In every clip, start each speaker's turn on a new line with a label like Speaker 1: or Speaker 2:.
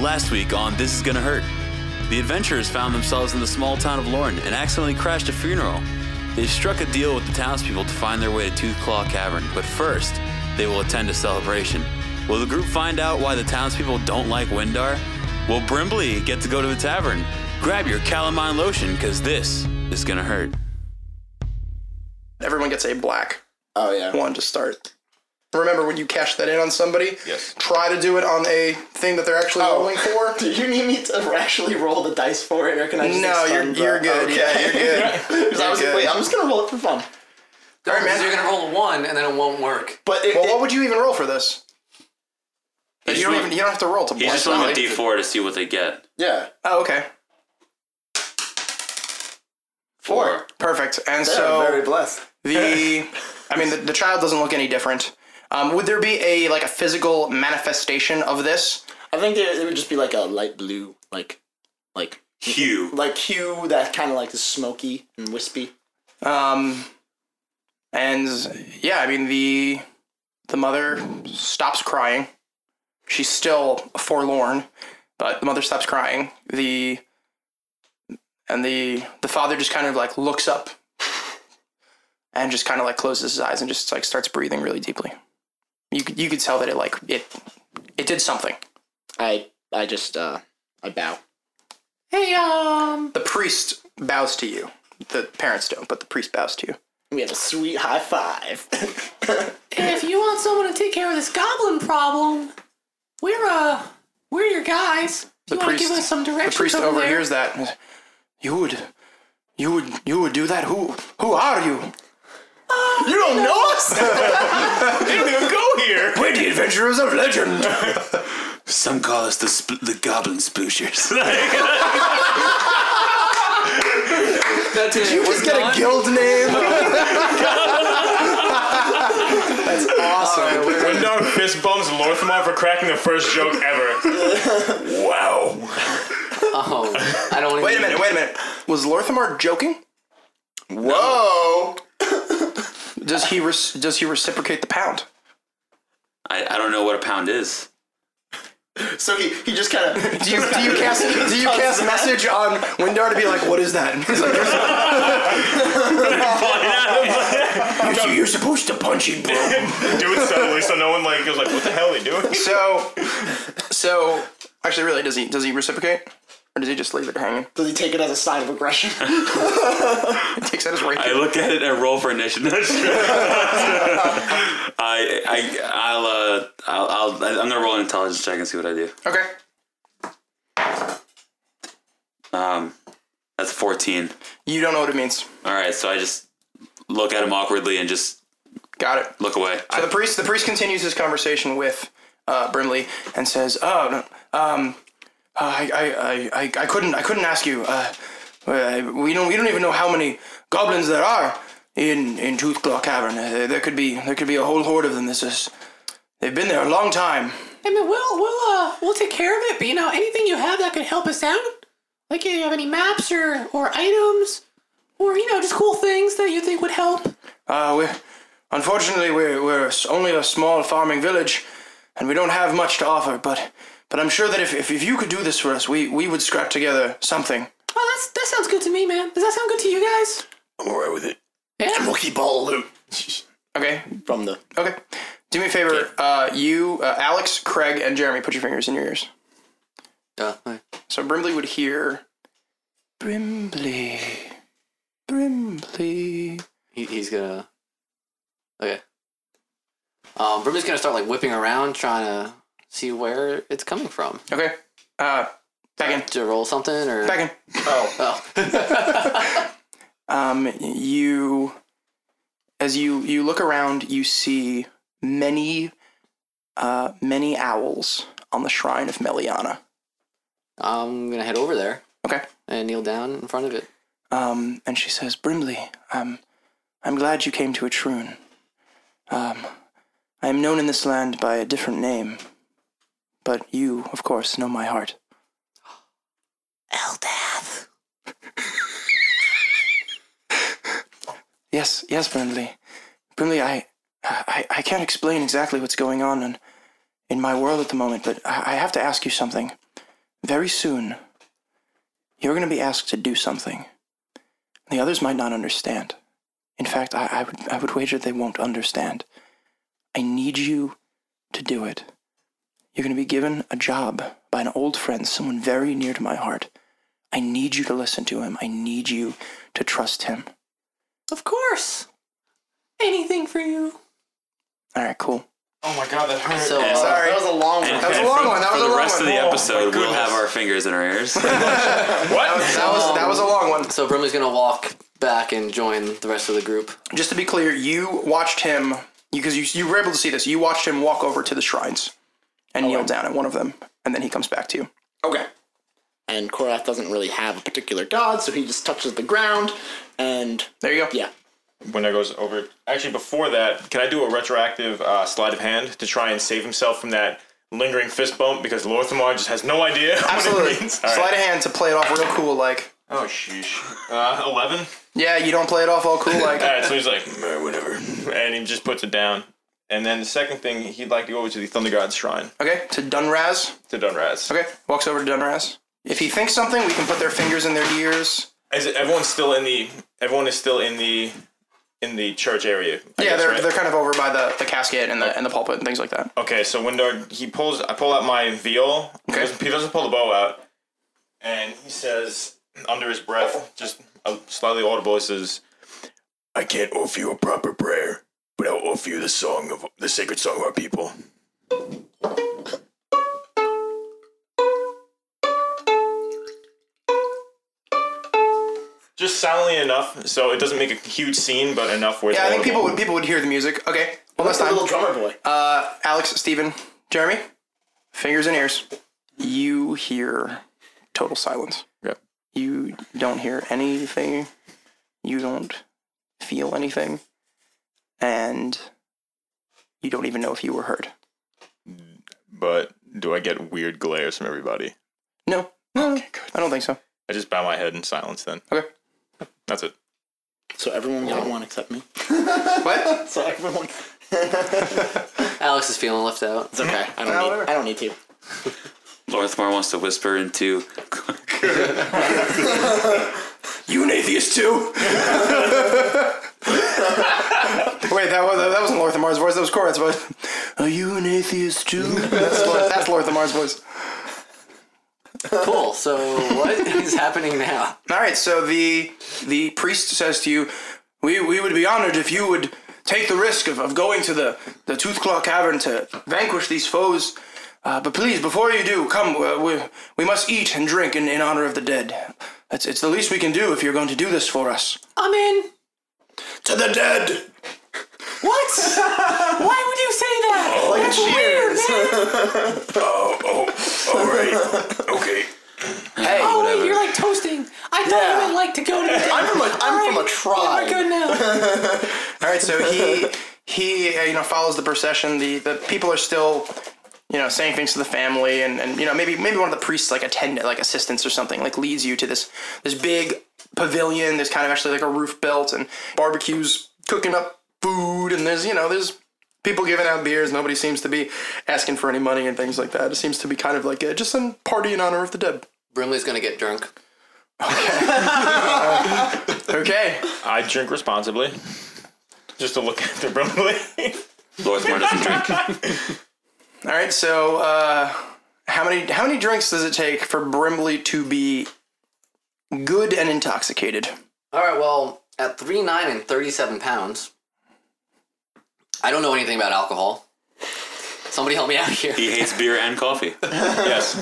Speaker 1: Last week on This Is Gonna Hurt, the adventurers found themselves in the small town of Lauren and accidentally crashed a funeral. They've struck a deal with the townspeople to find their way to Tooth Claw Cavern, but first, they will attend a celebration. Will the group find out why the townspeople don't like Windar? Will Brimbley get to go to the tavern? Grab your calamine lotion, because this is gonna hurt.
Speaker 2: Everyone gets a black
Speaker 3: Oh yeah.
Speaker 2: one to start. Remember when you cash that in on somebody?
Speaker 4: Yes.
Speaker 2: Try to do it on a thing that they're actually
Speaker 3: Oh.
Speaker 2: rolling for.
Speaker 3: Do you need me to actually roll the dice for it, or can I just?
Speaker 2: No, you're,
Speaker 3: expend the-
Speaker 2: you're good.
Speaker 3: Okay.
Speaker 2: Yeah, you're good.
Speaker 3: 'Cause I was
Speaker 2: good.
Speaker 3: wait, I'm just gonna roll it for fun.
Speaker 2: All right,
Speaker 5: Because
Speaker 2: man.
Speaker 5: you're gonna roll a one and then it won't work.
Speaker 3: But it,
Speaker 2: Well,
Speaker 3: it-
Speaker 2: what would you even roll for this? You
Speaker 1: just
Speaker 2: don't
Speaker 1: roll-
Speaker 2: even you don't have to roll to
Speaker 1: You
Speaker 2: black.
Speaker 1: just went with D4 to see what they get.
Speaker 3: yeah,
Speaker 2: Oh, okay.
Speaker 1: Four.
Speaker 2: Perfect. And
Speaker 3: yeah,
Speaker 2: so
Speaker 3: very blessed.
Speaker 2: the i mean the, the child doesn't look any different um, would there be a like a physical manifestation of this
Speaker 3: I think it, it would just be like a light blue, like, like,
Speaker 1: Hugh.
Speaker 3: like hue that kind of like is smoky and wispy.
Speaker 2: um, and yeah i mean the the mother stops crying she's still forlorn but the mother stops crying the and the the father just kind of like looks up and just kind of like closes his eyes and just like starts breathing really deeply you could, you could tell that it like it it did something
Speaker 3: I, I just, uh, I bow.
Speaker 6: um,
Speaker 2: The priest bows to you. The parents don't, but the priest bows to you.
Speaker 3: We have a sweet high five.
Speaker 6: If you want someone to take care of this goblin problem, we're uh we're your guys. If
Speaker 2: The
Speaker 6: you want to give
Speaker 2: priest-
Speaker 6: us some
Speaker 2: The
Speaker 6: directions
Speaker 2: priest
Speaker 6: over there,
Speaker 2: overhears that. You would, you would, you would do that. Who, who are you?
Speaker 3: you don't know us.
Speaker 2: We're the adventurers of legend.
Speaker 1: Some call us the, sp- the Goblin Spooshers.
Speaker 5: That's it.
Speaker 2: You just get a guild name. That's awesome.
Speaker 4: Windar fist bumps Lorthamar for cracking the first joke ever. wow.
Speaker 5: Oh, I don't.
Speaker 2: Wait a
Speaker 5: even-
Speaker 2: minute. Wait a minute. Was Lorthamar joking?
Speaker 3: Whoa.
Speaker 2: Does he re- does he reciprocate the pound?
Speaker 1: I, I don't know what a pound is.
Speaker 3: So he, he just kind of.
Speaker 2: Do you, do you cast do you cast message on Windar to be like, what is that? He's like, "You're- you're supposed to punch it, bro.
Speaker 4: Do it subtly so no one like goes like, what the hell are you doing?
Speaker 2: So, so actually, really, does he does he reciprocate, or does he just leave it hanging?
Speaker 3: Does he take it as a sign of aggression?
Speaker 2: Takes out his rake.
Speaker 1: I look at it and roll for initiative. I, I, I'll, uh, I'll, I'll, I'm gonna roll an intelligence check and see what I do.
Speaker 2: Okay.
Speaker 1: Um, that's a 14.
Speaker 2: You don't know what it means.
Speaker 1: All right, so I just look at him awkwardly and just
Speaker 2: Got it.
Speaker 1: look away.
Speaker 2: So Uh, the priest the priest continues his conversation with uh, Brimley and says, "Oh, no, um, I, I, I, I, I couldn't I couldn't ask you. Uh, uh, we don't we don't even know how many goblins there are in in Toothclaw Cavern. Uh, there could be there could be a whole horde of them. This is they've been there a long time.
Speaker 6: I mean, we'll we'll uh we'll take care of it. But you know, anything you have that could help us out, like if you have any maps or or items, or you know, just cool things that you think would help.
Speaker 2: Uh, we unfortunately we're we're s- only a small farming village, and we don't have much to offer. But but I'm sure that if if, if you could do this for us, we we would scrap together something."
Speaker 6: Oh, that's that sounds good to me, man. Does that sound good to you guys?
Speaker 3: I'm alright with it.
Speaker 6: Yeah.
Speaker 3: Monkey ball loot.
Speaker 2: Okay,
Speaker 3: From the.
Speaker 2: Okay. Do me a favor. Uh, you, uh, Alex, Craig, and Jeremy, put your fingers in your ears.
Speaker 5: Uh, all right.
Speaker 2: So Brimley would hear. Brimley. Brimley.
Speaker 5: He, he's gonna. Okay. Um, Brimley's gonna start like whipping around, trying to see where it's coming from.
Speaker 2: Okay. Uh, back in.
Speaker 5: To roll something or
Speaker 2: Back in.
Speaker 5: Oh,
Speaker 2: Um, you, as you you look around, you see many, uh, many owls on the shrine of Meliana.
Speaker 5: I'm gonna head over there
Speaker 2: Okay.
Speaker 5: and kneel down in front of it.
Speaker 2: Um, and she says, Brimley, um, I'm glad you came to Etrun. Um, I am known in this land by a different name, but you, of course, know my heart.
Speaker 6: Eldath.
Speaker 2: Yes, yes, Brimley. Brimley, I, I, I can't explain exactly what's going on in, in my world at the moment, but I, I have to ask you something. Very soon, you're going to be asked to do something. The others might not understand. In fact, I, I, would, I would wager they won't understand. I need you to do it. You're going to be given a job by an old friend, someone very near to my heart. I need you to listen to him. I need you to trust him.
Speaker 6: Of course. Anything for you.
Speaker 2: All right, cool.
Speaker 4: Oh my god, that hurt.
Speaker 5: So,
Speaker 4: Yeah.
Speaker 5: uh,
Speaker 3: Sorry. That was a long one.
Speaker 1: And
Speaker 2: That was a long
Speaker 1: for,
Speaker 2: one, that
Speaker 1: for
Speaker 2: was a
Speaker 1: the
Speaker 2: long
Speaker 1: rest
Speaker 2: one.
Speaker 1: of the
Speaker 4: Oh, my
Speaker 1: episode, we'll have
Speaker 4: goodness.
Speaker 1: our fingers in our ears.
Speaker 4: what?
Speaker 2: That was, that was a long one.
Speaker 5: Um, So Brimley's gonna walk back and join the rest of the group.
Speaker 2: Just to be clear, you watched him, because you, you were able to see this, you watched him walk over to the shrines
Speaker 4: Oh,
Speaker 2: and kneel down at one of them, and then he comes back to you.
Speaker 3: Okay. And Korath doesn't really have a particular god, so he just touches the ground, and
Speaker 2: There you go.
Speaker 3: yeah.
Speaker 4: When that goes over. Actually, before that, can I do a retroactive uh, sleight of hand to try and save himself from that lingering fist bump? Because Lorthamar just has no idea. What
Speaker 2: Absolutely.
Speaker 4: it means. All
Speaker 2: Sleight
Speaker 4: right.
Speaker 2: of hand to play it off real cool, like.
Speaker 4: Oh, sheesh. Uh, 11?
Speaker 2: Yeah, you don't play it off all cool, like.
Speaker 4: Alright, so he's like, "Meh, whatever. And he just puts it down. And then the second thing, he'd like to go over to the Thunder God's Shrine
Speaker 2: Okay, to Dunraz.
Speaker 4: to Dunraz.
Speaker 2: Okay, walks over to Dunraz. If he thinks something, we can put their fingers in their ears.
Speaker 4: Is it, everyone's still in the everyone is still in the in the church area. I
Speaker 2: yeah,
Speaker 4: guess,
Speaker 2: they're,
Speaker 4: right?
Speaker 2: they're kind of over by the, the casket and the and the pulpit and things like that.
Speaker 4: Okay, so Windard he pulls I pull out my viol. He,
Speaker 2: Okay.
Speaker 4: doesn't, he doesn't pull the bow out. And he says under his breath, just a slightly audible, he says I can't offer you a proper prayer, but I'll offer you the song of the sacred song of our people. Just silently enough, so it doesn't make a huge scene, but enough where it's
Speaker 2: Yeah, I think
Speaker 4: audible.
Speaker 2: people would people would hear the music. Okay, one last
Speaker 3: That's a
Speaker 2: time.
Speaker 3: little drummer boy.
Speaker 2: Uh, Alex, Steven, Jeremy, fingers and ears. You hear total silence.
Speaker 4: Yep.
Speaker 2: You don't hear anything. You don't feel anything, and you don't even know if you were heard.
Speaker 4: but do I get weird glares from everybody?
Speaker 2: No. No, I don't think so.
Speaker 4: I just bow my head in silence then.
Speaker 2: Okay.
Speaker 4: That's it.
Speaker 3: So everyone got one except me.
Speaker 2: What?
Speaker 3: So everyone.
Speaker 5: Alex is feeling left out.
Speaker 3: It's okay. I don't need. I don't need to.
Speaker 1: Lorthmar wants to whisper into.
Speaker 2: You an atheist too? Wait, Oh, that was that wasn't Lorthamar's voice. That was Korath's voice. Are you an atheist too? that's Lor- that's Lorthamar's voice.
Speaker 5: Cool. So what is happening now?
Speaker 2: All right, so the the priest says to you, "We we would be honored if you would take the risk of, of going to the the Toothclaw Cavern to vanquish these foes." Uh, but please, before you do, come. Uh, we, we must eat and drink in, in honor of the dead. That's, it's the least we can do if you're going to do this for us.
Speaker 6: I'm in.
Speaker 3: To the dead.
Speaker 6: What? Why would you say that? That's weird, man.
Speaker 4: Oh, oh, all right. Okay.
Speaker 2: Hey,
Speaker 6: Oh, wait,
Speaker 1: Whatever.
Speaker 6: you're like toasting. I thought
Speaker 3: Yeah.
Speaker 6: you meant like to go to the
Speaker 3: I'm from a. I'm from a
Speaker 6: We're
Speaker 3: tribe.
Speaker 6: good now.
Speaker 2: All right, so he he uh, you know follows the procession. The the people are still you know saying things to the family, and and you know maybe maybe one of the priests like attend like assistants or something like leads you to this this big pavilion. There's kind of actually like a roof built and barbecues cooking up food, and there's you know there's people giving out beers. Nobody seems to be asking for any money and things like that. It seems to be kind of like a, just a party in honor of the dead.
Speaker 5: Brimley's gonna get drunk.
Speaker 2: Okay,
Speaker 4: I drink responsibly. Just to look after Brimley.
Speaker 1: Lorthmar doesn't drink.
Speaker 2: all right, so. uh how many how many drinks does it take for Brimley to be good and intoxicated?
Speaker 5: All right. Well, at three nine and thirty seven pounds, I don't know anything about alcohol. Somebody help me out here.
Speaker 1: He hates beer and coffee.
Speaker 4: yes.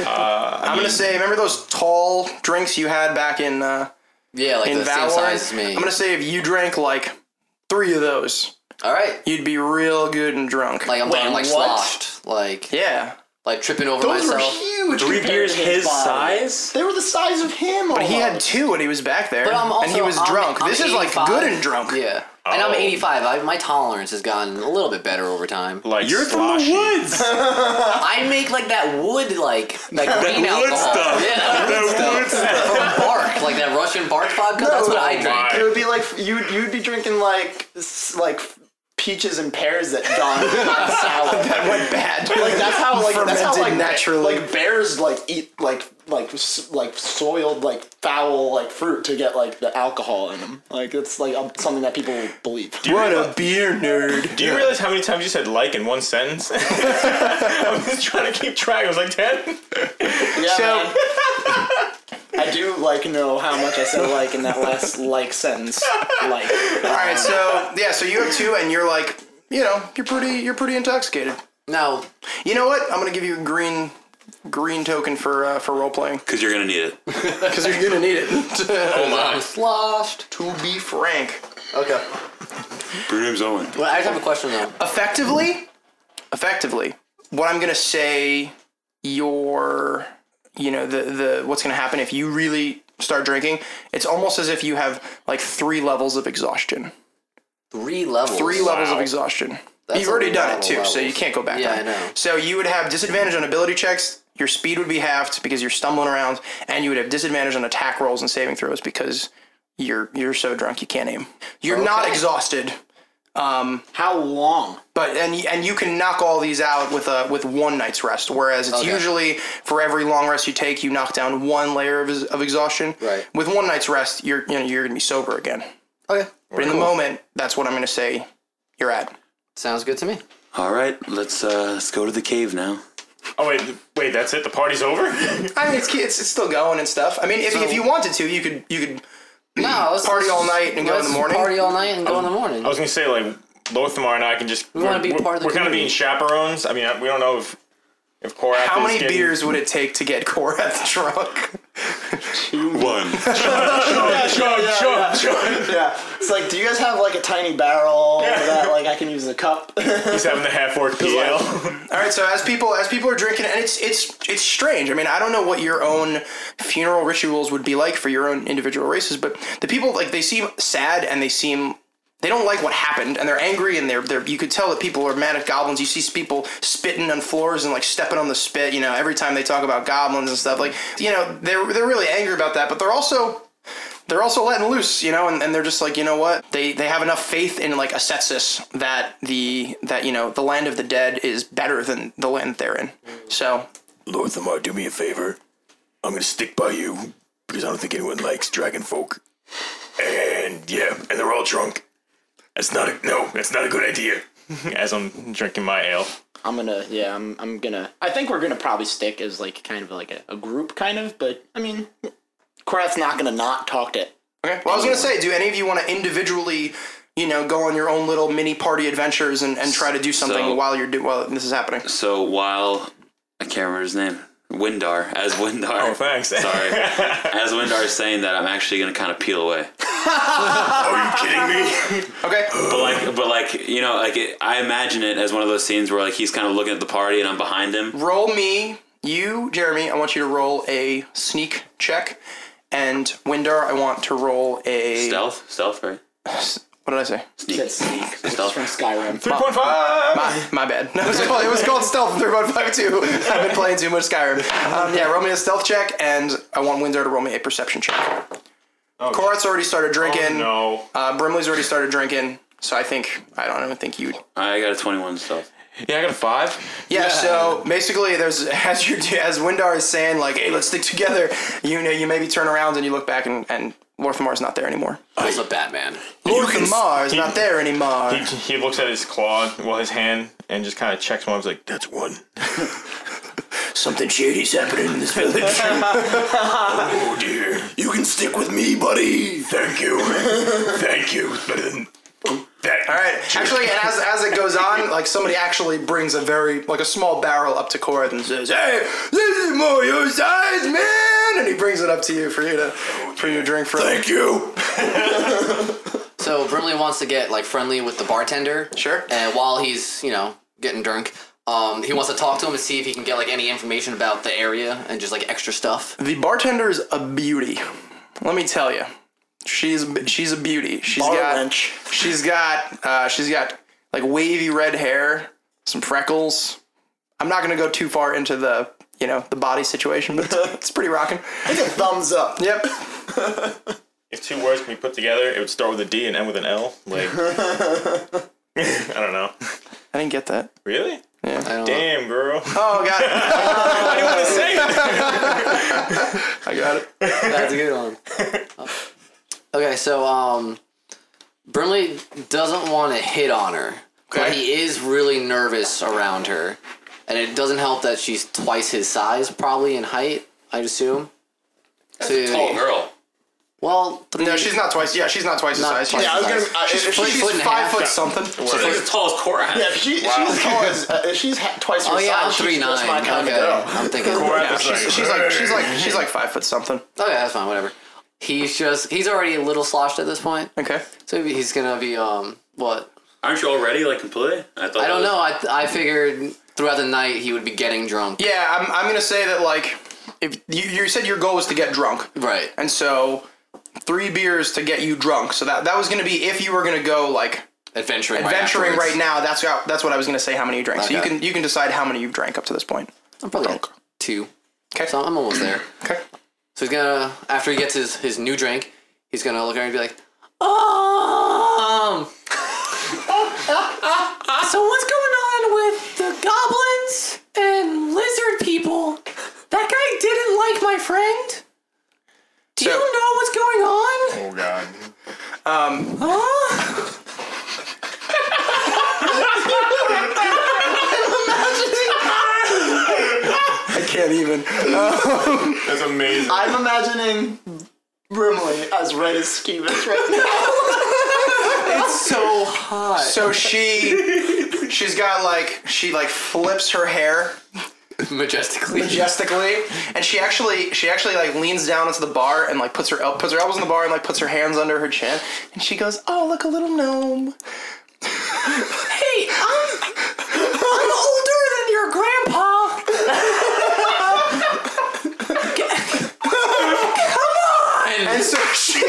Speaker 2: I'm gonna say, remember those tall drinks you had back in uh,
Speaker 5: Yeah, like
Speaker 2: in
Speaker 5: the
Speaker 2: Valor?
Speaker 5: same size as me.
Speaker 2: I'm gonna say if you drank like three of those,
Speaker 5: All right.
Speaker 2: you'd be real good and drunk.
Speaker 5: Like I'm,
Speaker 3: Wait,
Speaker 5: I'm like
Speaker 3: what?
Speaker 5: sloshed, like
Speaker 2: yeah,
Speaker 5: like tripping over
Speaker 3: Those were
Speaker 5: myself.
Speaker 3: huge.
Speaker 1: Three
Speaker 3: compared
Speaker 1: beers
Speaker 3: to his,
Speaker 1: his
Speaker 3: body.
Speaker 1: size?
Speaker 3: They were the size of him. But
Speaker 2: he had two and he was back there,
Speaker 5: But I'm also
Speaker 2: and he was
Speaker 5: I'm-
Speaker 2: drunk.
Speaker 5: I'm
Speaker 2: this is like
Speaker 5: 85.
Speaker 2: good and drunk.
Speaker 5: Yeah, and I'm
Speaker 4: Oh.
Speaker 5: 85. I, my tolerance has gotten a little bit better over time.
Speaker 4: Like
Speaker 1: You're from
Speaker 4: sloshy.
Speaker 1: the woods.
Speaker 5: I make like that wood, like like green
Speaker 1: wood
Speaker 5: alcohol.
Speaker 1: stuff.
Speaker 5: Yeah, that wood stuff from bark, like that Russian bark vodka. that's what I drink.
Speaker 4: my.
Speaker 3: It would be like you. You'd be drinking like s- like peaches and pears that dawn on sour.
Speaker 2: That went bad.
Speaker 3: Like that's how how like that's how
Speaker 7: Fermented
Speaker 3: like
Speaker 7: naturally.
Speaker 3: like bears like eat like like s- like soiled like foul like fruit to get like the alcohol in them. Like it's like um, something that people believe.
Speaker 4: Do you, realize,
Speaker 7: beer nerd.
Speaker 4: do you realize how many times you said like in one sentence? I'm just trying to keep track. It was like 10.
Speaker 3: Yeah, man. I do like know how much I said like in that last like sentence. Like
Speaker 2: All right, so yeah, so you have two, and you're like, you know, you're pretty, you're pretty intoxicated.
Speaker 5: No,
Speaker 2: You know what? I'm gonna give you a green, green token for uh, for role playing
Speaker 1: because you're gonna need it.
Speaker 2: because you're gonna need it.
Speaker 5: I was lost.
Speaker 2: to be frank,
Speaker 5: Okay.
Speaker 1: Bruno's Owen.
Speaker 5: Well, I just have a question though.
Speaker 2: effectively, effectively, what I'm gonna say, your, you know, the the what's gonna happen if you really start drinking? It's almost as if you have like three levels of exhaustion.
Speaker 5: Three levels.
Speaker 2: three levels of exhaustion.
Speaker 5: That's
Speaker 2: You've already
Speaker 5: a
Speaker 2: done it
Speaker 5: lot of
Speaker 2: too, so
Speaker 5: levels.
Speaker 2: you can't go back.
Speaker 5: Yeah,
Speaker 2: on
Speaker 5: I
Speaker 2: it.
Speaker 5: know.
Speaker 2: So you would have disadvantage on ability checks. Your speed would be halved because you're stumbling around, and you would have disadvantage on attack rolls and saving throws because you're you're so drunk you can't aim. You're not
Speaker 5: Okay.
Speaker 2: exhausted,
Speaker 3: how long?
Speaker 2: but and y- and you can knock all these out with a with one night's rest. Whereas it's usually for every long rest you take, you knock down one layer of, of exhaustion.
Speaker 5: Right.
Speaker 2: With one night's rest, you're you know, you're gonna be sober again.
Speaker 5: Okay.
Speaker 2: But in the moment, that's what I'm gonna say. You're at.
Speaker 5: Sounds good to me.
Speaker 1: All right, let's uh, let's go to the cave now.
Speaker 4: Oh, wait, wait, that's it? The party's over?
Speaker 2: I mean, it's, it's it's still going and stuff. I mean, if, if you wanted to, you could you could
Speaker 5: No, let's
Speaker 2: party all night and go in
Speaker 5: let's
Speaker 2: the morning.
Speaker 5: Party all night and go in the morning.
Speaker 4: I was going to say, like, Lothamar and I can just. We
Speaker 5: wanna be part of the
Speaker 4: We're kind of being chaperones. I mean, I- we don't know if. If Korath
Speaker 2: How
Speaker 4: is
Speaker 2: many
Speaker 4: getting-
Speaker 2: beers would it take to get Korath drunk?
Speaker 1: One.
Speaker 4: Chug, chug, chug.
Speaker 3: Yeah, it's like, do you guys have like a tiny barrel that like I can use as a cup?
Speaker 4: He's having the half orc PL.
Speaker 2: All right, so as people as people are drinking, and it's it's it's strange. I mean, I don't know what your own funeral rituals would be like for your own individual races, but the people like they seem sad and they seem they don't like what happened and they're angry and they're they're you could tell that people are mad at goblins. You see people spitting on floors and like stepping on the spit. You know, every time they talk about goblins and stuff, like you know they're they're really angry about that, but they're also they're also letting loose, you know, and, and they're just like, you know what? They they have enough faith in like Asetsis that the that you know the land of the dead is better than the land they're in. So
Speaker 4: Lothamar, do me a favor.
Speaker 7: I'm gonna stick by you because I don't think anyone likes dragon folk. And yeah, and they're all drunk. That's not a no. That's not a good idea.
Speaker 4: As I'm drinking my ale.
Speaker 3: I'm gonna, yeah, I'm, I'm gonna. I think we're gonna probably stick as like kind of like a, a group, kind of. But I mean, Korath's not gonna not talk to.
Speaker 2: okay. Well, I was gonna say, do any of you want to individually, you know, go on your own little mini party adventures and, and try to do something
Speaker 1: So-
Speaker 2: while you're do while this is happening?
Speaker 1: so while I can't remember his name, Windar, as Windar.
Speaker 4: Oh, thanks.
Speaker 1: Sorry, as Windar is saying that, I'm actually gonna kind of peel away.
Speaker 7: Uh-huh.
Speaker 2: Okay.
Speaker 1: But like, but like, you know, like it, I imagine it as one of those scenes where like he's kind of looking at the party and I'm behind him.
Speaker 2: Roll me, you, Jeremy. I want you to roll a sneak check, and Windar, I want to roll a
Speaker 1: Stealth, stealth, right?
Speaker 2: what did I say?
Speaker 3: Said sneak. It's
Speaker 1: Stealth.
Speaker 3: from Skyrim.
Speaker 4: 3.5!
Speaker 2: My, my bad. No, it was called, it was called Stealth 3152. I've been playing too much Skyrim. Um, yeah, roll me a stealth check, and I want Windsor to roll me a perception check. Korath's already started drinking.
Speaker 4: No.
Speaker 2: uh, Brimley's already started drinking. So I think, I don't even think you.
Speaker 1: I got a 21 stealth.
Speaker 4: Yeah, I got a 5.
Speaker 2: Yeah, so basically, there's as you as Windar is saying, like, hey, let's stick together, you know, you maybe turn around and you look back, and, and Lorthamar's not there anymore.
Speaker 5: was a Batman.
Speaker 2: Lorthamar's not there anymore.
Speaker 4: He, he looks at his claw, well, his hand, and just kind of checks one. He's like, that's one.
Speaker 2: Something shady's happening in this village.
Speaker 7: Oh dear. You can stick with me, buddy. Thank you. Thank you. It's better than that.
Speaker 2: All right. Actually, and as, as it goes on, like somebody actually brings a very like a small barrel up to Korath and says, "Hey, this is more your size, man!" And he brings it up to you for you to for you to drink from.
Speaker 7: Thank you.
Speaker 5: So Brimley wants to get like friendly with the bartender.
Speaker 2: Sure.
Speaker 5: And while he's you know getting drunk, um, he wants to talk to him and see if he can get like any information about the area and just like extra stuff.
Speaker 2: The bartender is a beauty. Let me tell you, she's she's a beauty. She's
Speaker 3: Bar
Speaker 2: got
Speaker 3: wench.
Speaker 2: she's got uh, she's got like wavy red hair, some freckles. I'm not gonna go too far into the you know the body situation, but it's, it's pretty rocking.
Speaker 3: It's a thumbs up.
Speaker 2: Yep.
Speaker 4: If two words can be put together, it would start with a D and end with an L. Like, I don't know.
Speaker 2: I didn't get that.
Speaker 4: Really?
Speaker 5: I don't know.
Speaker 4: Damn, girl.
Speaker 2: Oh god,
Speaker 4: I didn't want to say that.
Speaker 2: I got it.
Speaker 5: That's a good one. okay, so um, Brimley doesn't want to hit on her, but
Speaker 2: Okay.
Speaker 5: he is really nervous around her, and it doesn't help that she's twice his size, probably in height. I'd assume. That's so,
Speaker 8: Tall girl.
Speaker 5: Well, three,
Speaker 2: No, she's not twice. Yeah, she's not twice the
Speaker 5: Not
Speaker 2: size.
Speaker 5: twice
Speaker 2: She's,
Speaker 3: Yeah, I was gonna.
Speaker 5: Nice.
Speaker 3: I, if, if
Speaker 5: Foot-
Speaker 3: she's
Speaker 5: foot and a
Speaker 2: five
Speaker 5: half.
Speaker 2: foot something.
Speaker 8: She's like as tall as Cora.
Speaker 3: yeah, if she, she's tall as uh, if she's ha- twice her
Speaker 5: Oh
Speaker 3: size.
Speaker 5: yeah, I'm
Speaker 3: she's
Speaker 5: three nine.
Speaker 3: just my kind of
Speaker 5: Okay,
Speaker 3: girl.
Speaker 5: I'm thinking.
Speaker 2: Yeah, she's, she's like she's like she's like five foot something.
Speaker 5: Okay, that's fine. Whatever. He's just he's already a little sloshed at this point,
Speaker 2: Okay.
Speaker 5: so he's gonna be um what
Speaker 1: Aren't you already like completely? I thought.
Speaker 5: I don't
Speaker 1: that
Speaker 5: know. I, I figured throughout the night he would be getting drunk.
Speaker 2: Yeah, I'm I'm gonna say that like if you, you said your goal was to get drunk,
Speaker 5: Right.
Speaker 2: and so three beers to get you drunk. So that that was gonna be if you were gonna go like
Speaker 5: Adventuring.
Speaker 2: adventuring
Speaker 5: right,
Speaker 2: right now. That's how, that's what I was gonna say. How many you drank? So you
Speaker 5: Okay.
Speaker 2: can you can decide how many you've drank up to this point.
Speaker 5: I'm probably at two.
Speaker 2: Okay.
Speaker 5: So I'm almost there.
Speaker 2: Okay.
Speaker 5: So he's gonna after he gets his his new drink, he's gonna look at her and be like, um.
Speaker 6: So what's going on with the goblins and lizard people? That guy didn't like my friend. Do
Speaker 2: So-
Speaker 6: you know what's going on?
Speaker 4: Oh, God.
Speaker 6: Huh?
Speaker 2: I can't even.
Speaker 4: That's amazing.
Speaker 3: I'm imagining Brimley as red as Skeevis right now.
Speaker 5: So hot.
Speaker 2: So she she's got like she like flips her hair
Speaker 5: Majestically.
Speaker 2: majestically, and she actually she actually like leans down into the bar and like puts her el- puts her elbows in the bar and like puts her hands under her chin, and she goes, "Oh, look a little gnome."
Speaker 6: Hey, I'm, I'm older than your grandpa.
Speaker 2: And so she.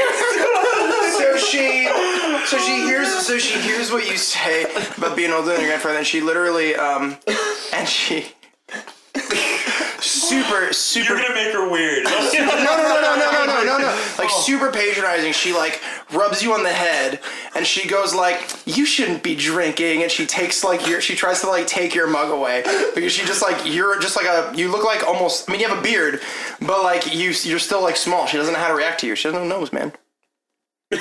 Speaker 2: So she, so she hears, so she hears what you say about being older than your grandfather, and she literally, um, and she, super, super.
Speaker 4: You're gonna make her weird.
Speaker 2: no, no, no, no, no, no, no, no, no. Like super patronizing. She like rubs you on the head, and she goes like, "You shouldn't be drinking." And she takes like your, she tries to like take your mug away because she just like you're just like a, you look like almost. I mean, you have a beard, but like you, you're still like small. She doesn't know how to react to you. She doesn't know nose, man.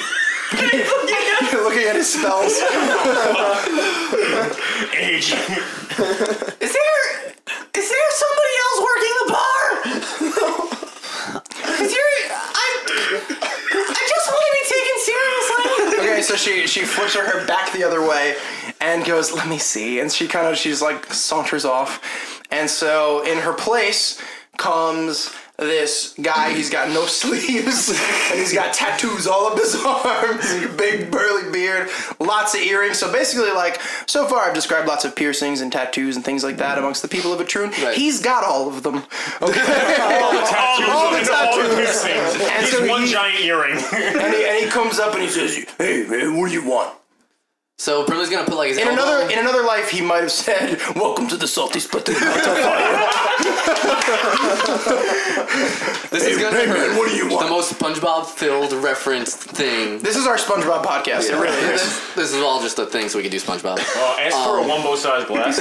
Speaker 2: You're looking at his spells.
Speaker 4: Age.
Speaker 6: Is there is there somebody else working the bar? Is there I I just want to be taken seriously.
Speaker 2: Okay, so she she flips her hair back the other way and goes, "Let me see." And she kind of she's like saunters off, and so in her place comes this guy. He's got no sleeves and he's got tattoos all up his arms, big burly beard, lots of earrings. So basically, like so far, I've described lots of piercings and tattoos and things like that amongst the people of Etrune.
Speaker 5: Right.
Speaker 2: He's got all of them. Okay.
Speaker 4: Tattoos
Speaker 2: all the
Speaker 4: and all
Speaker 2: tattoos.
Speaker 4: of these things.
Speaker 2: And
Speaker 4: He's
Speaker 2: so
Speaker 4: one
Speaker 2: he-
Speaker 4: giant earring.
Speaker 2: and, he, and he comes up and he says, "Hey man, what do you want?"
Speaker 5: So Brimley's gonna put like his
Speaker 2: In
Speaker 5: elbow-
Speaker 2: another in another life, he might have said, "Welcome to the salty spit."
Speaker 5: This is gonna
Speaker 2: hey,
Speaker 5: be her-
Speaker 2: man, what do you
Speaker 5: the
Speaker 2: want?
Speaker 5: most SpongeBob filled referenced thing.
Speaker 2: This is our SpongeBob podcast. It really is.
Speaker 5: This, this is all just a thing so we can do SpongeBob.
Speaker 4: Uh, ask for a wombo sized glass.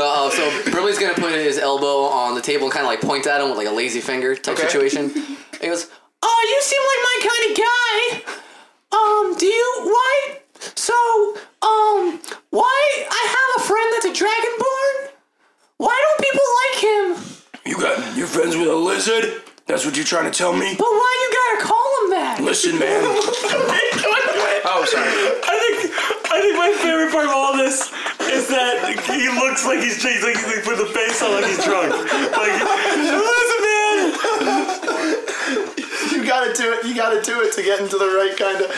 Speaker 5: Uh, so Brimley's gonna put his elbow on the table and kind of like point at him with like a lazy finger type
Speaker 2: Okay.
Speaker 5: situation. And he goes,
Speaker 6: Oh, you seem like my kind of guy. Um, do you why? So, um, why I have a friend that's a dragonborn? Why don't people like him?
Speaker 7: You got you friends with a lizard? That's what you're trying to tell me?
Speaker 6: But why you gotta call him that?
Speaker 7: Listen, man.
Speaker 2: Oh, sorry.
Speaker 8: I think I think my favorite part of all this is that he looks like he's he's like, he's like with the face on like he's drunk. Like listen, man.
Speaker 3: you gotta do it. You gotta do it to get into the right kind of.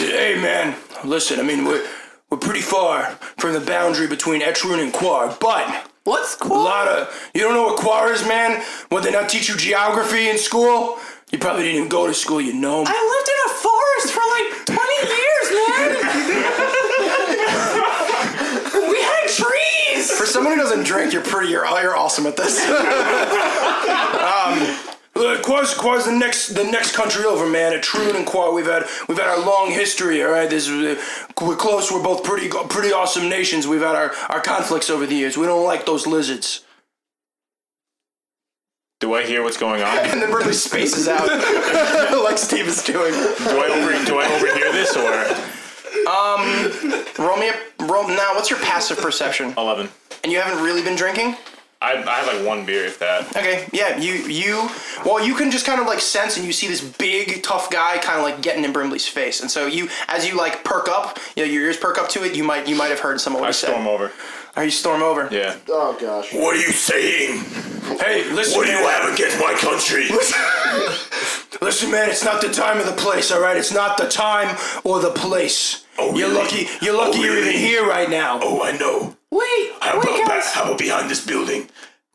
Speaker 7: Hey, man. Listen, I mean, we're, we're pretty far from the boundary between Etrun and Quar, but
Speaker 6: What's
Speaker 7: a
Speaker 6: cool?
Speaker 7: lot of. You don't know what Quar is, man? What, they not teach you geography in school?
Speaker 2: You probably didn't even go to school, you know.
Speaker 6: I lived in a forest for like 20 years, man. we had trees.
Speaker 2: For someone who doesn't drink, you're pretty. You're you're awesome at this. Look, Quar's, Quar's the next the next country over, man. At Truman and Quar, we've had we've had our long history. All right, this is- we're close. We're both pretty go- pretty awesome nations. We've had our, our conflicts over the years. We don't like those lizards.
Speaker 4: Do I hear what's going on?
Speaker 2: And then Bradley spaces out like Steve is doing.
Speaker 4: Do I over do I overhear this or
Speaker 2: Roll me a roll now. What's your passive perception?
Speaker 4: eleven?
Speaker 2: And you haven't really been drinking.
Speaker 4: I, I have like one beer if that.
Speaker 2: Okay, yeah, you you well, you can just kind of like sense and you see this big tough guy kind of like getting in Brimley's face, and so you as you like perk up, you know, your ears perk up to it. You might you might have heard someone
Speaker 4: I
Speaker 2: said.
Speaker 4: storm over.
Speaker 2: Are you storm over?
Speaker 4: Yeah.
Speaker 3: Oh gosh.
Speaker 7: What are you saying?
Speaker 2: Hey, listen,
Speaker 7: What do you
Speaker 2: man.
Speaker 7: have against my country?
Speaker 2: Listen, man, it's not the time or the place. All right, it's not the time or the place.
Speaker 7: Oh,
Speaker 2: you're
Speaker 7: really?
Speaker 2: lucky. You're lucky
Speaker 7: Oh,
Speaker 2: you're even
Speaker 7: really?
Speaker 2: here right now.
Speaker 7: Oh, I know.
Speaker 6: Wait,
Speaker 7: How
Speaker 6: wait,
Speaker 7: about,
Speaker 6: guys.
Speaker 7: ba- how about behind this building?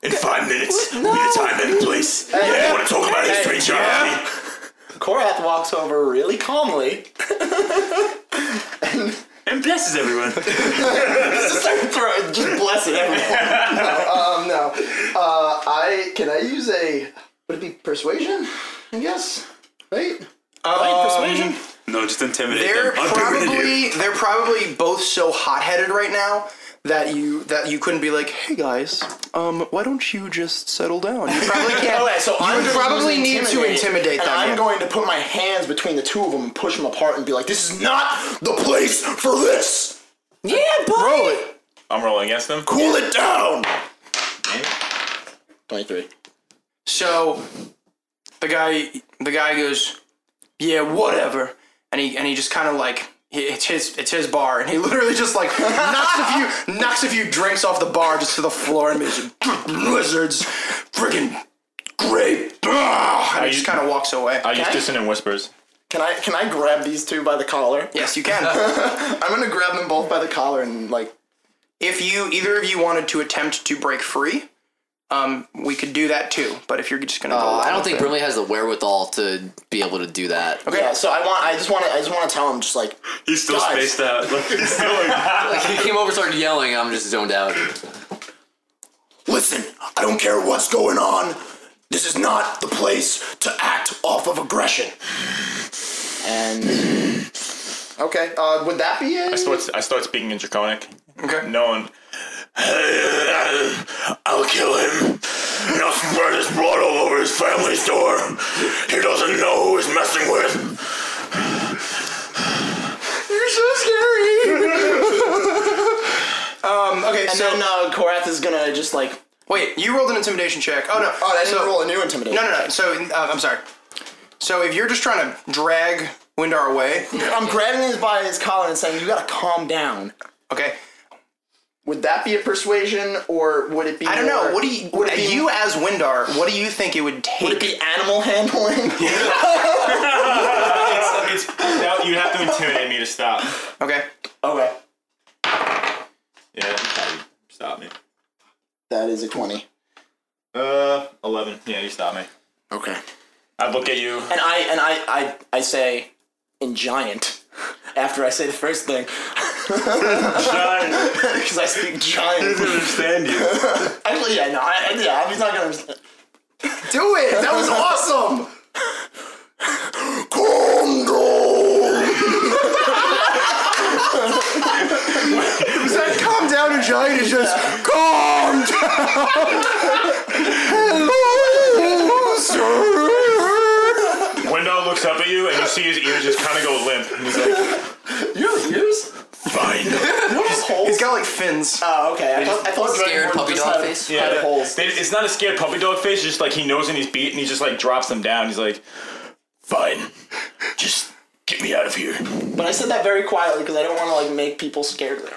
Speaker 7: In five minutes,
Speaker 6: No.
Speaker 7: we need a time and a place. yeah, I want to talk about history, geography.
Speaker 3: Korath walks over really calmly
Speaker 8: And blesses everyone.
Speaker 3: Throw- just blessing everyone. no, um, no. Uh, I can I use a would it be persuasion? I guess. Right?
Speaker 2: persuasion.
Speaker 1: Um, No, just intimidate
Speaker 2: They're
Speaker 1: them. I'm doing it.
Speaker 2: probably they're probably both so hot headed right now that you that you couldn't be like, hey guys, um, why don't you just settle down? You probably can't.
Speaker 3: Okay, so
Speaker 2: you
Speaker 3: I'm
Speaker 2: would
Speaker 3: gonna
Speaker 2: probably
Speaker 3: use
Speaker 2: need to intimidate
Speaker 3: and
Speaker 2: them.
Speaker 3: I'm
Speaker 2: yeah.
Speaker 3: going to put my hands between the two of them and push them apart and be like, "This is not the place for this.
Speaker 6: Yeah, buddy.
Speaker 2: Roll it.
Speaker 4: I'm rolling against them.
Speaker 3: Cool it
Speaker 2: Oh,
Speaker 3: down." Twenty-three.
Speaker 2: So the guy the guy goes, yeah, whatever, and he and he just kind of like. he- It's his, it's his bar, and he literally just like knocks a few knocks a few drinks off the bar just to the floor, and he's like, lizards, freaking great, ah," and he just kind of walks away.
Speaker 4: I just dissonant whispers.
Speaker 3: Can I can I grab these two by the collar?
Speaker 2: Yes, you can.
Speaker 3: I'm gonna grab them both by the collar and like
Speaker 2: if you either of you wanted to attempt to break free, um, we could do that too. But if you're just gonna, go
Speaker 5: Uh,
Speaker 2: along
Speaker 5: I don't
Speaker 2: with
Speaker 5: think
Speaker 2: it.
Speaker 5: Brimley has the wherewithal to be able to do that.
Speaker 2: Okay.
Speaker 3: yeah. So I want I just want to I just want to tell him just like
Speaker 1: He's still
Speaker 3: Guys.
Speaker 1: spaced out. Look, he's still like,
Speaker 5: Like, he came over, started yelling. I'm just zoned out.
Speaker 7: Listen, I don't care what's going on. This is not the place to act off of aggression.
Speaker 3: and okay. Uh, would that be it?
Speaker 4: I start, I start speaking in Draconic.
Speaker 2: Okay.
Speaker 4: No one.
Speaker 7: I'll kill him. And I'll spread his blood all over his family's door. He doesn't know who he's messing with.
Speaker 3: You're so scary.
Speaker 2: Okay,
Speaker 3: and
Speaker 2: so
Speaker 3: then uh, Korath is gonna just like
Speaker 2: wait, you rolled an intimidation check. Oh no.
Speaker 3: oh, I didn't
Speaker 2: so,
Speaker 3: roll a new intimidation.
Speaker 2: No, no, no. So uh, I'm sorry. So if you're just trying to drag Windar away,
Speaker 3: I'm grabbing his by his collar and saying, "You gotta calm down."
Speaker 2: okay.
Speaker 3: Would that be a persuasion, or would it be?
Speaker 2: I don't know.
Speaker 3: more-
Speaker 2: What do you? uh,
Speaker 3: Would it be,
Speaker 2: you as Windar? What do you think it would take?
Speaker 3: Would it be animal handling?
Speaker 4: It's, now you have to intimidate me to stop.
Speaker 2: okay.
Speaker 3: okay,
Speaker 4: Yeah, you probably stop me.
Speaker 3: that is a twenty.
Speaker 4: Uh, eleven. Yeah, you stop me.
Speaker 3: Okay.
Speaker 4: I look at you.
Speaker 3: And I and I I I say, in giant. After I say the first thing,
Speaker 8: John
Speaker 3: because I speak giant.
Speaker 8: doesn't understand you.
Speaker 3: Actually, yeah, no, I, I- yeah, he's not gonna. Understand.
Speaker 2: Do it. That was awesome. Was that calm down and giant is just calm down. Hello, sir.
Speaker 4: Window looks up at you, and you see his ears just kind of go limp. And he's like,
Speaker 3: Your ears?
Speaker 7: Fine.
Speaker 2: He's got like fins.
Speaker 3: Oh, okay. I thought, I thought
Speaker 5: Scared
Speaker 3: Dragonborn
Speaker 5: puppy
Speaker 3: just
Speaker 5: dog
Speaker 3: had-
Speaker 5: face.
Speaker 3: had holes.
Speaker 4: They- It's not a scared puppy dog face. It's just like he knows and he's beat, and he just like drops them down. He's like,
Speaker 7: Fine. Just get me out of here.
Speaker 3: But I said that very quietly because I don't want to like make people scared. We're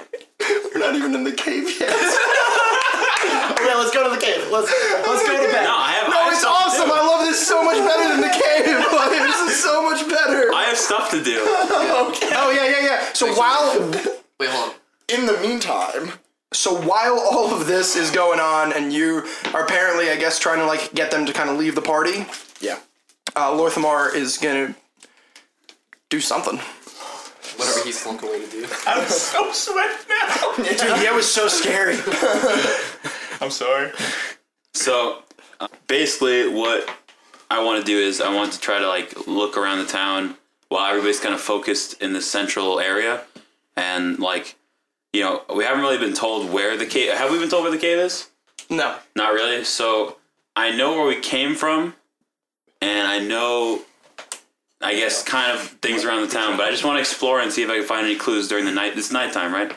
Speaker 3: not even in the cave yet. okay, let's go to the cave. Let's let's go to bed.
Speaker 8: No, I have.
Speaker 2: No, it's awesome. I love this so much better than the cave. Like, this is so much better.
Speaker 1: I have stuff to do.
Speaker 2: Oh yeah, yeah, yeah. So while
Speaker 5: Wait, hold on.
Speaker 3: In the meantime,
Speaker 2: So while all of this is going on, and you are apparently, I guess, trying to like get them to kind of leave the party,
Speaker 3: yeah.
Speaker 2: uh, Lorthamar is gonna do something.
Speaker 5: Whatever he slunk away to do.
Speaker 4: I'm so sweat now.
Speaker 2: Dude, that was so scary.
Speaker 4: I'm sorry.
Speaker 1: So uh, basically, what I want to do is I want to try to like look around the town while everybody's kind of focused in the central area, and like, you know, we haven't really been told where the cave. Have we been told where the cave is?
Speaker 2: no.
Speaker 1: Not really. So I know where we came from, and I know, I guess, kind of things around the town. But I just want to explore and see if I can find any clues during the night. It's nighttime, right?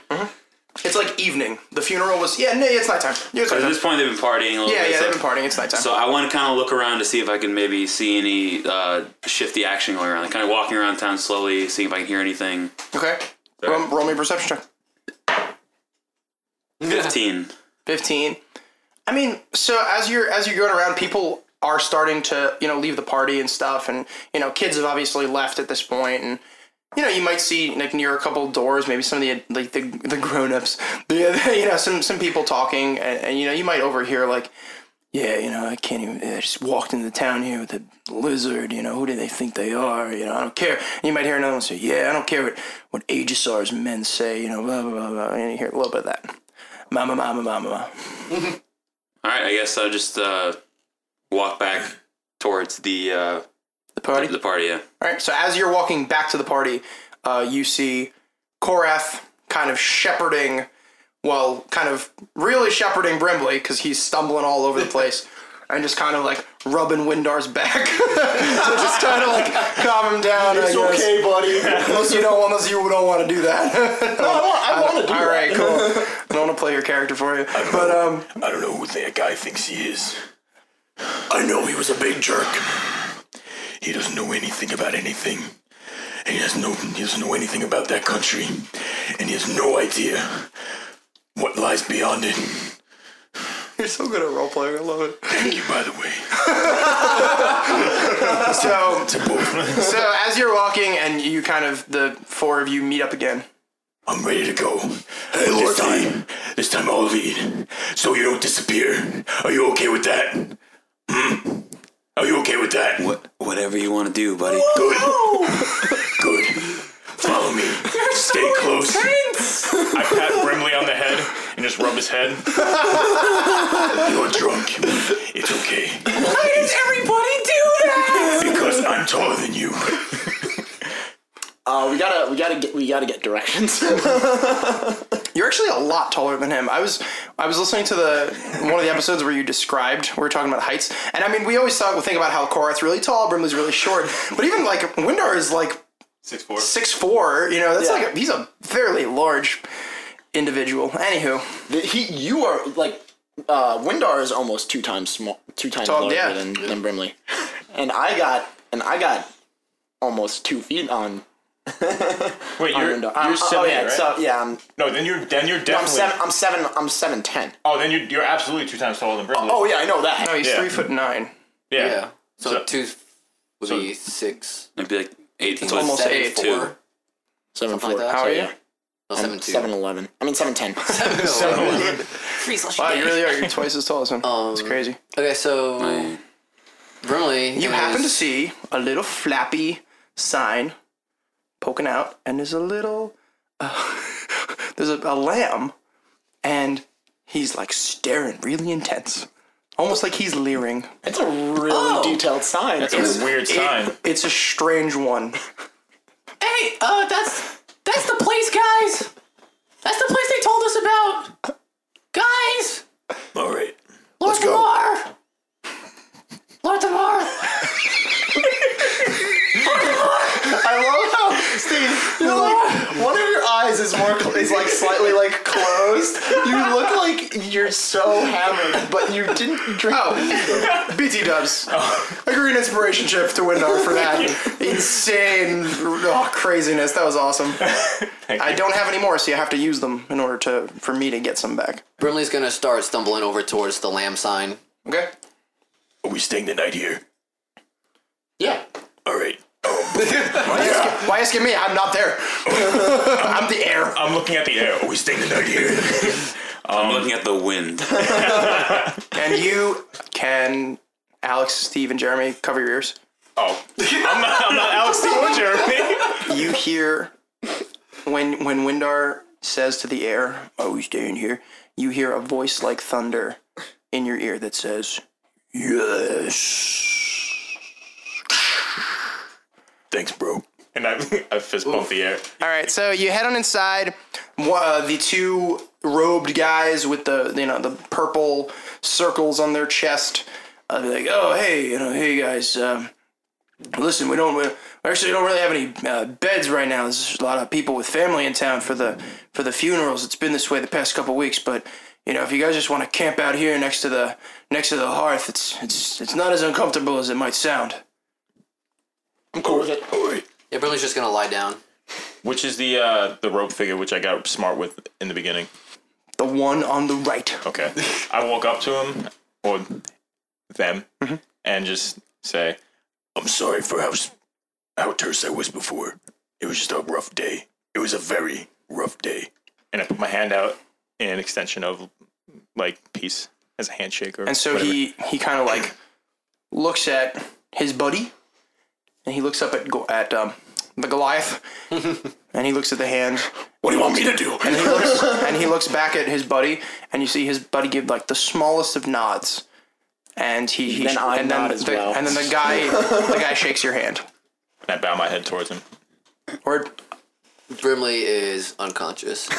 Speaker 2: It's like evening. The funeral was yeah, no, yeah, it's nighttime. Yeah, it's
Speaker 1: At
Speaker 2: nighttime.
Speaker 1: this point, they've been partying a little
Speaker 2: yeah,
Speaker 1: bit.
Speaker 2: yeah,
Speaker 1: so-
Speaker 2: they've been partying. It's nighttime.
Speaker 1: So I want to kind of look around to see if I can maybe see any uh, shifty action going around. Kind of walking around town slowly, seeing if I can hear anything.
Speaker 2: okay. Roll, roll me a perception check.
Speaker 1: Fifteen.
Speaker 2: 15 i mean so as you're as you're going around people are starting to you know leave the party and stuff and you know kids have obviously left at this point and you know you might see like near a couple doors maybe some of the like the, the grown-ups the, you know some some people talking and, and you know you might overhear like yeah you know i can't even i just walked into town here with a lizard you know who do they think they are you know i don't care and you might hear another one say yeah i don't care what what aegisar's men say you know blah blah blah, blah. and you hear a little bit of that mama mama mama mama
Speaker 1: All right, I guess I'll just uh, walk back towards the uh,
Speaker 2: the party.
Speaker 1: the party. Yeah.
Speaker 2: All right. So as you're walking back to the party, uh, you see Korath kind of shepherding, well, kind of really shepherding Brimley because he's stumbling all over the place. And just kind of like rubbing Windar's back, so just kind of like calm him down. I
Speaker 3: It's
Speaker 2: guess.
Speaker 3: okay, buddy.
Speaker 2: Unless you don't, unless you don't want to do that.
Speaker 3: No, I want, I want to do
Speaker 2: all
Speaker 3: that.
Speaker 2: right, cool. I don't want to play your character for you, but um,
Speaker 7: I don't know who that guy thinks he is. I know he was a big jerk. He doesn't know anything about anything. And he doesn't know he doesn't know anything about that country. And he has no idea what lies beyond it.
Speaker 2: you're so good at role playing. I love it.
Speaker 7: Thank you, by the way.
Speaker 2: So
Speaker 7: To both.
Speaker 2: so as you're walking and you kind of the four of you meet up again
Speaker 7: I'm ready to go. Hey, Lord. This time, this time I'll lead. So you don't disappear. Are you okay with that? Hmm? Are you okay with that?
Speaker 1: What whatever you want to do, buddy.
Speaker 7: Good. Good. Follow me. Stay close.
Speaker 4: I pat Brimley on the head and just rub his head.
Speaker 7: You're drunk. It's okay.
Speaker 6: Why does everybody do that?
Speaker 7: Because I'm taller than you.
Speaker 3: Uh, we gotta, we gotta get, we gotta get directions.
Speaker 2: you're actually a lot taller than him i was i was listening to the one of the episodes where you described we were talking about heights and i mean we always talk we think about how korath's really tall brimley's really short but even like windar is like
Speaker 4: Six four.
Speaker 2: six four you know that's
Speaker 3: Yeah.
Speaker 2: like a, he's a fairly large individual anywho
Speaker 3: The- he, you are like, uh, Windar is almost two times small, two times
Speaker 2: Tall,
Speaker 3: larger
Speaker 2: yeah.
Speaker 3: than, than Brimley, and I got, and I got almost two feet on.
Speaker 4: Wait, you're
Speaker 3: Windar. I'm-
Speaker 4: you're
Speaker 3: oh
Speaker 4: seven,
Speaker 3: yeah,
Speaker 4: right?
Speaker 3: so yeah, I'm,
Speaker 4: no, then you're then you're
Speaker 3: I'm
Speaker 4: definitely.
Speaker 3: seven, I'm seven, I'm seven ten.
Speaker 4: oh, then you're you're absolutely two times taller than Brimley.
Speaker 3: Oh yeah, I know that.
Speaker 2: no he's
Speaker 4: Yeah.
Speaker 2: three foot nine
Speaker 4: yeah.
Speaker 5: Yeah. So,
Speaker 4: So-
Speaker 5: two would be six.
Speaker 1: I'd be like eighteen. It's
Speaker 2: almost
Speaker 5: seven,
Speaker 2: eight,
Speaker 5: four.
Speaker 1: too.
Speaker 3: Seven
Speaker 5: Something like
Speaker 3: four.
Speaker 5: that.
Speaker 2: how are you
Speaker 5: No, seven two.
Speaker 3: Seven eleven. I mean seven ten.
Speaker 5: Freeze, let's
Speaker 2: wow
Speaker 5: get
Speaker 2: you
Speaker 5: it.
Speaker 2: really are you're twice as tall as him it's crazy
Speaker 5: Okay, so Brimley.
Speaker 2: You happen to see a little flappy sign poking out, and there's a little, uh, there's a, a lamb, and he's like staring really intense, almost like he's leering.
Speaker 3: It's a really detailed sign.
Speaker 4: It's a weird sign.
Speaker 2: It's a strange one.
Speaker 6: Hey, uh, that's that's the place, guys. That's the place they told us about, guys.
Speaker 7: All right.
Speaker 6: Lord
Speaker 7: go.
Speaker 6: Tamar. Lord Tamar.
Speaker 3: I love how Steve, you're like one of your eyes is more cl- is like slightly like closed. You look like you're so hammered, but you didn't drink. Oh.
Speaker 2: Oh, BT dubs. I agree an inspiration chip to Windar for that insane oh, craziness. That was awesome. I don't have any more, so you have to use them in order to for me to get some back.
Speaker 5: Brimley's gonna start stumbling over towards the lamb sign.
Speaker 2: Okay.
Speaker 7: Are we staying the night here?
Speaker 5: Yeah.
Speaker 7: All right.
Speaker 2: Why asking me? I'm not there. I'm the heir.
Speaker 4: I'm looking at the air.
Speaker 7: Are we staying the night here?
Speaker 1: I'm looking at the wind.
Speaker 2: And you can, Alex, Steve, and Jeremy, cover your ears.
Speaker 4: Oh, I'm not, I'm not Alex Dean or Jeremy.
Speaker 2: you hear when when Windar says to the air, "Oh, you stay in here." You hear a voice like thunder in your ear that says, "Yes."
Speaker 7: Thanks, bro.
Speaker 4: And I, I fist bump the air.
Speaker 2: All right, so you head on inside. Wha- Uh, the two robed guys with the you know the purple circles on their chest. Uh, they're like, "Oh, hey, you know, hey guys, um, listen, we don't we actually don't really have any uh, beds right now. There's a lot of people with family in town for the for the funerals. It's been this way the past couple weeks, but." You know, if you guys just want to camp out here next to the next to the hearth, it's it's it's not as uncomfortable as it might sound.
Speaker 7: I'm cool with it. All right.
Speaker 5: Yeah, Brinley's just gonna lie down.
Speaker 4: Which is the uh, the rope figure, which I got smart with in the beginning.
Speaker 2: The one on the right.
Speaker 4: Okay. I walk up to him, or them,
Speaker 2: Mm-hmm.
Speaker 4: and just say,
Speaker 7: I'm sorry for how, s- how terse I was before. It was just a rough day. It was a very rough day.
Speaker 4: and I put my hand out in an extension of like peace as a handshake. Or
Speaker 2: And so
Speaker 4: whatever.
Speaker 2: he he kind of like looks at his buddy, and he looks up at Go- at um, the Goliath, and he looks at the hand,
Speaker 7: What do you want me to do?
Speaker 2: and he looks and he looks back at his buddy, and you see his buddy give like the smallest of nods, and he, he
Speaker 3: Then
Speaker 2: sh-
Speaker 3: I
Speaker 2: and then
Speaker 3: nod as
Speaker 2: the,
Speaker 3: well.
Speaker 2: and then the guy the guy shakes your hand.
Speaker 4: And I bow my head towards him.
Speaker 2: Word.
Speaker 5: Brimley is unconscious.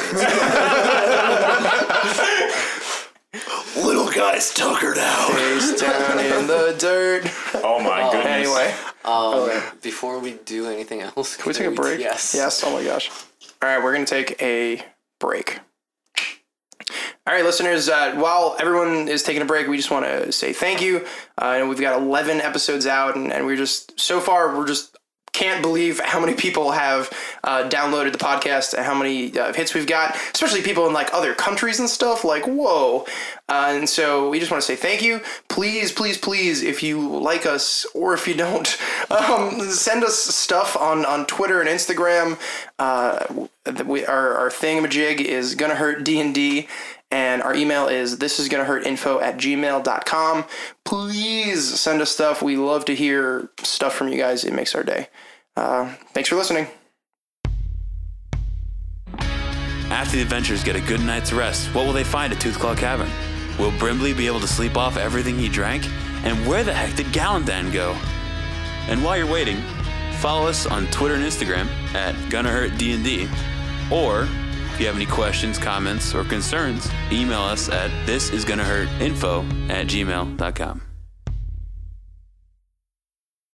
Speaker 7: Little guy's tuckered out.
Speaker 2: Face down in the dirt.
Speaker 4: Oh my goodness!
Speaker 2: Anyway,
Speaker 5: Um, Before we do anything else, can
Speaker 2: we take a break.
Speaker 5: Yes.
Speaker 2: Yes. Oh my gosh. All right, we're gonna take a break. All right, listeners, uh, while everyone is taking a break, we just want to say thank you. Uh, and we've got 11 episodes out, and, and we're just, so far, we're just can't believe how many people have uh, downloaded the podcast and how many uh, hits we've got, especially people in like other countries and stuff. Like, whoa. Uh, and so we just want to say thank you. Please, please, please, if you like us or if you don't, um, send us stuff on, on Twitter and Instagram. Uh, w- we, our, our thingamajig is gonna hurt D&D and our email is this is gonna hurt info at gmail.com please send us stuff we love to hear stuff from you guys it makes our day uh, thanks for listening
Speaker 1: After the adventurers get a good night's rest, what will they find at Toothclaw Cavern? Will Brimley be able to sleep off everything he drank? And where the heck did Gallandan go? And while you're waiting, follow us on Twitter and Instagram at Gonna Hurt D&D. Or if you have any questions, comments, or concerns, email us at thisisgonnahurtinfo at gmail.com.